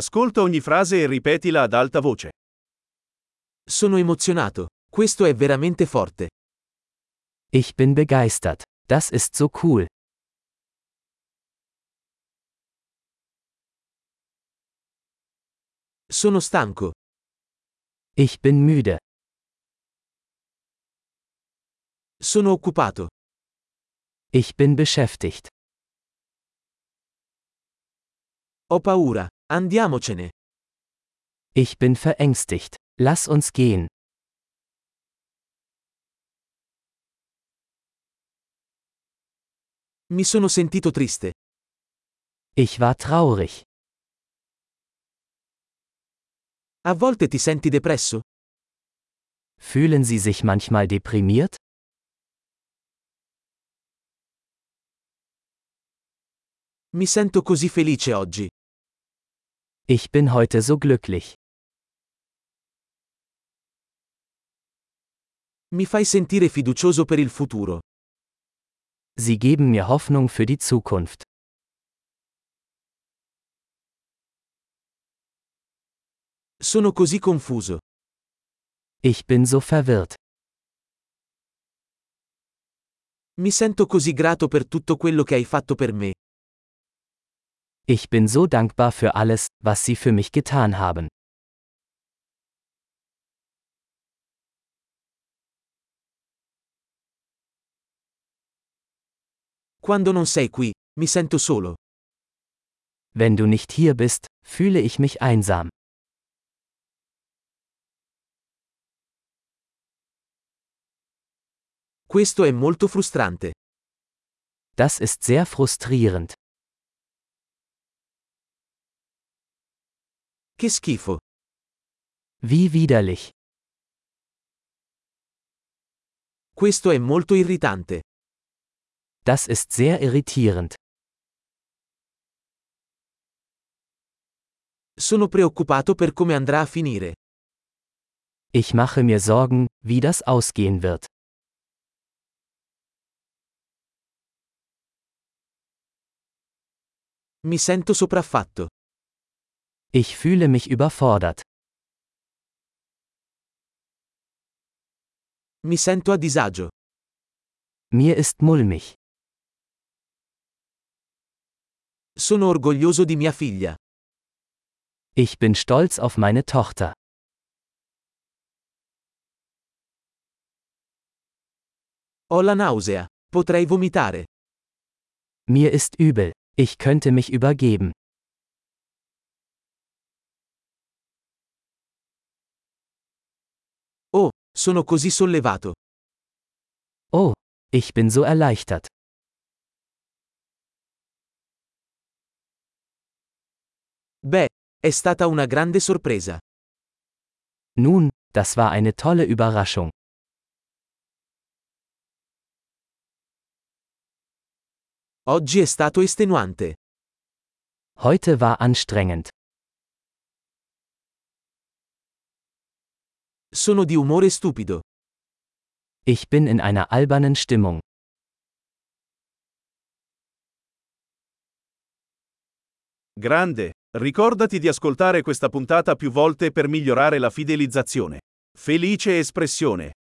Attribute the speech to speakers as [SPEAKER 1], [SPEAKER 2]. [SPEAKER 1] Ascolta ogni frase e ripetila ad alta voce.
[SPEAKER 2] Sono emozionato. Questo è veramente forte.
[SPEAKER 3] Ich bin begeistert. Das ist so cool.
[SPEAKER 2] Sono stanco.
[SPEAKER 3] Ich bin müde.
[SPEAKER 2] Sono occupato.
[SPEAKER 3] Ich bin beschäftigt.
[SPEAKER 2] Ho paura. Andiamocene.
[SPEAKER 3] Ich bin verängstigt. Lass uns gehen.
[SPEAKER 2] Mi sono sentito triste.
[SPEAKER 3] Ich war traurig.
[SPEAKER 2] A volte ti senti depresso?
[SPEAKER 3] Fühlen Sie sich manchmal deprimiert?
[SPEAKER 2] Mi sento così felice oggi.
[SPEAKER 3] Ich bin heute so glücklich.
[SPEAKER 2] Mi fai sentire fiducioso per il futuro.
[SPEAKER 3] Sie geben mir Hoffnung für die Zukunft.
[SPEAKER 2] Sono così confuso.
[SPEAKER 3] Ich bin so verwirrt.
[SPEAKER 2] Mi sento così grato per tutto quello che hai fatto per me.
[SPEAKER 3] Ich bin so dankbar für alles, was Sie für mich getan haben.
[SPEAKER 2] Quando non sei qui, mi sento solo.
[SPEAKER 3] Wenn du nicht hier bist, fühle ich mich einsam.
[SPEAKER 2] Questo è molto frustrante.
[SPEAKER 3] Das ist sehr frustrierend.
[SPEAKER 2] Che schifo.
[SPEAKER 3] Wie widerlich.
[SPEAKER 2] Questo è molto irritante.
[SPEAKER 3] Das ist sehr irritierend.
[SPEAKER 2] Sono preoccupato per come andrà a finire.
[SPEAKER 3] Ich mache mir Sorgen, wie das ausgehen wird.
[SPEAKER 2] Mi sento sopraffatto.
[SPEAKER 3] Ich fühle mich überfordert.
[SPEAKER 2] Mi sento a disagio.
[SPEAKER 3] Mir ist mulmig.
[SPEAKER 2] Sono orgoglioso di mia figlia.
[SPEAKER 3] Ich bin stolz auf meine Tochter.
[SPEAKER 2] Ho la nausea. Potrei vomitare.
[SPEAKER 3] Mir ist übel. Ich könnte mich übergeben.
[SPEAKER 2] Sono così sollevato.
[SPEAKER 3] Oh, ich bin so erleichtert.
[SPEAKER 2] Beh, è stata una grande sorpresa.
[SPEAKER 3] Nun, das war eine tolle Überraschung.
[SPEAKER 2] Oggi è stato estenuante.
[SPEAKER 3] Heute war anstrengend.
[SPEAKER 2] Sono di umore stupido.
[SPEAKER 3] Ich bin in einer albernen Stimmung.
[SPEAKER 1] Grande, ricordati di ascoltare questa puntata più volte per migliorare la fidelizzazione. Felice espressione.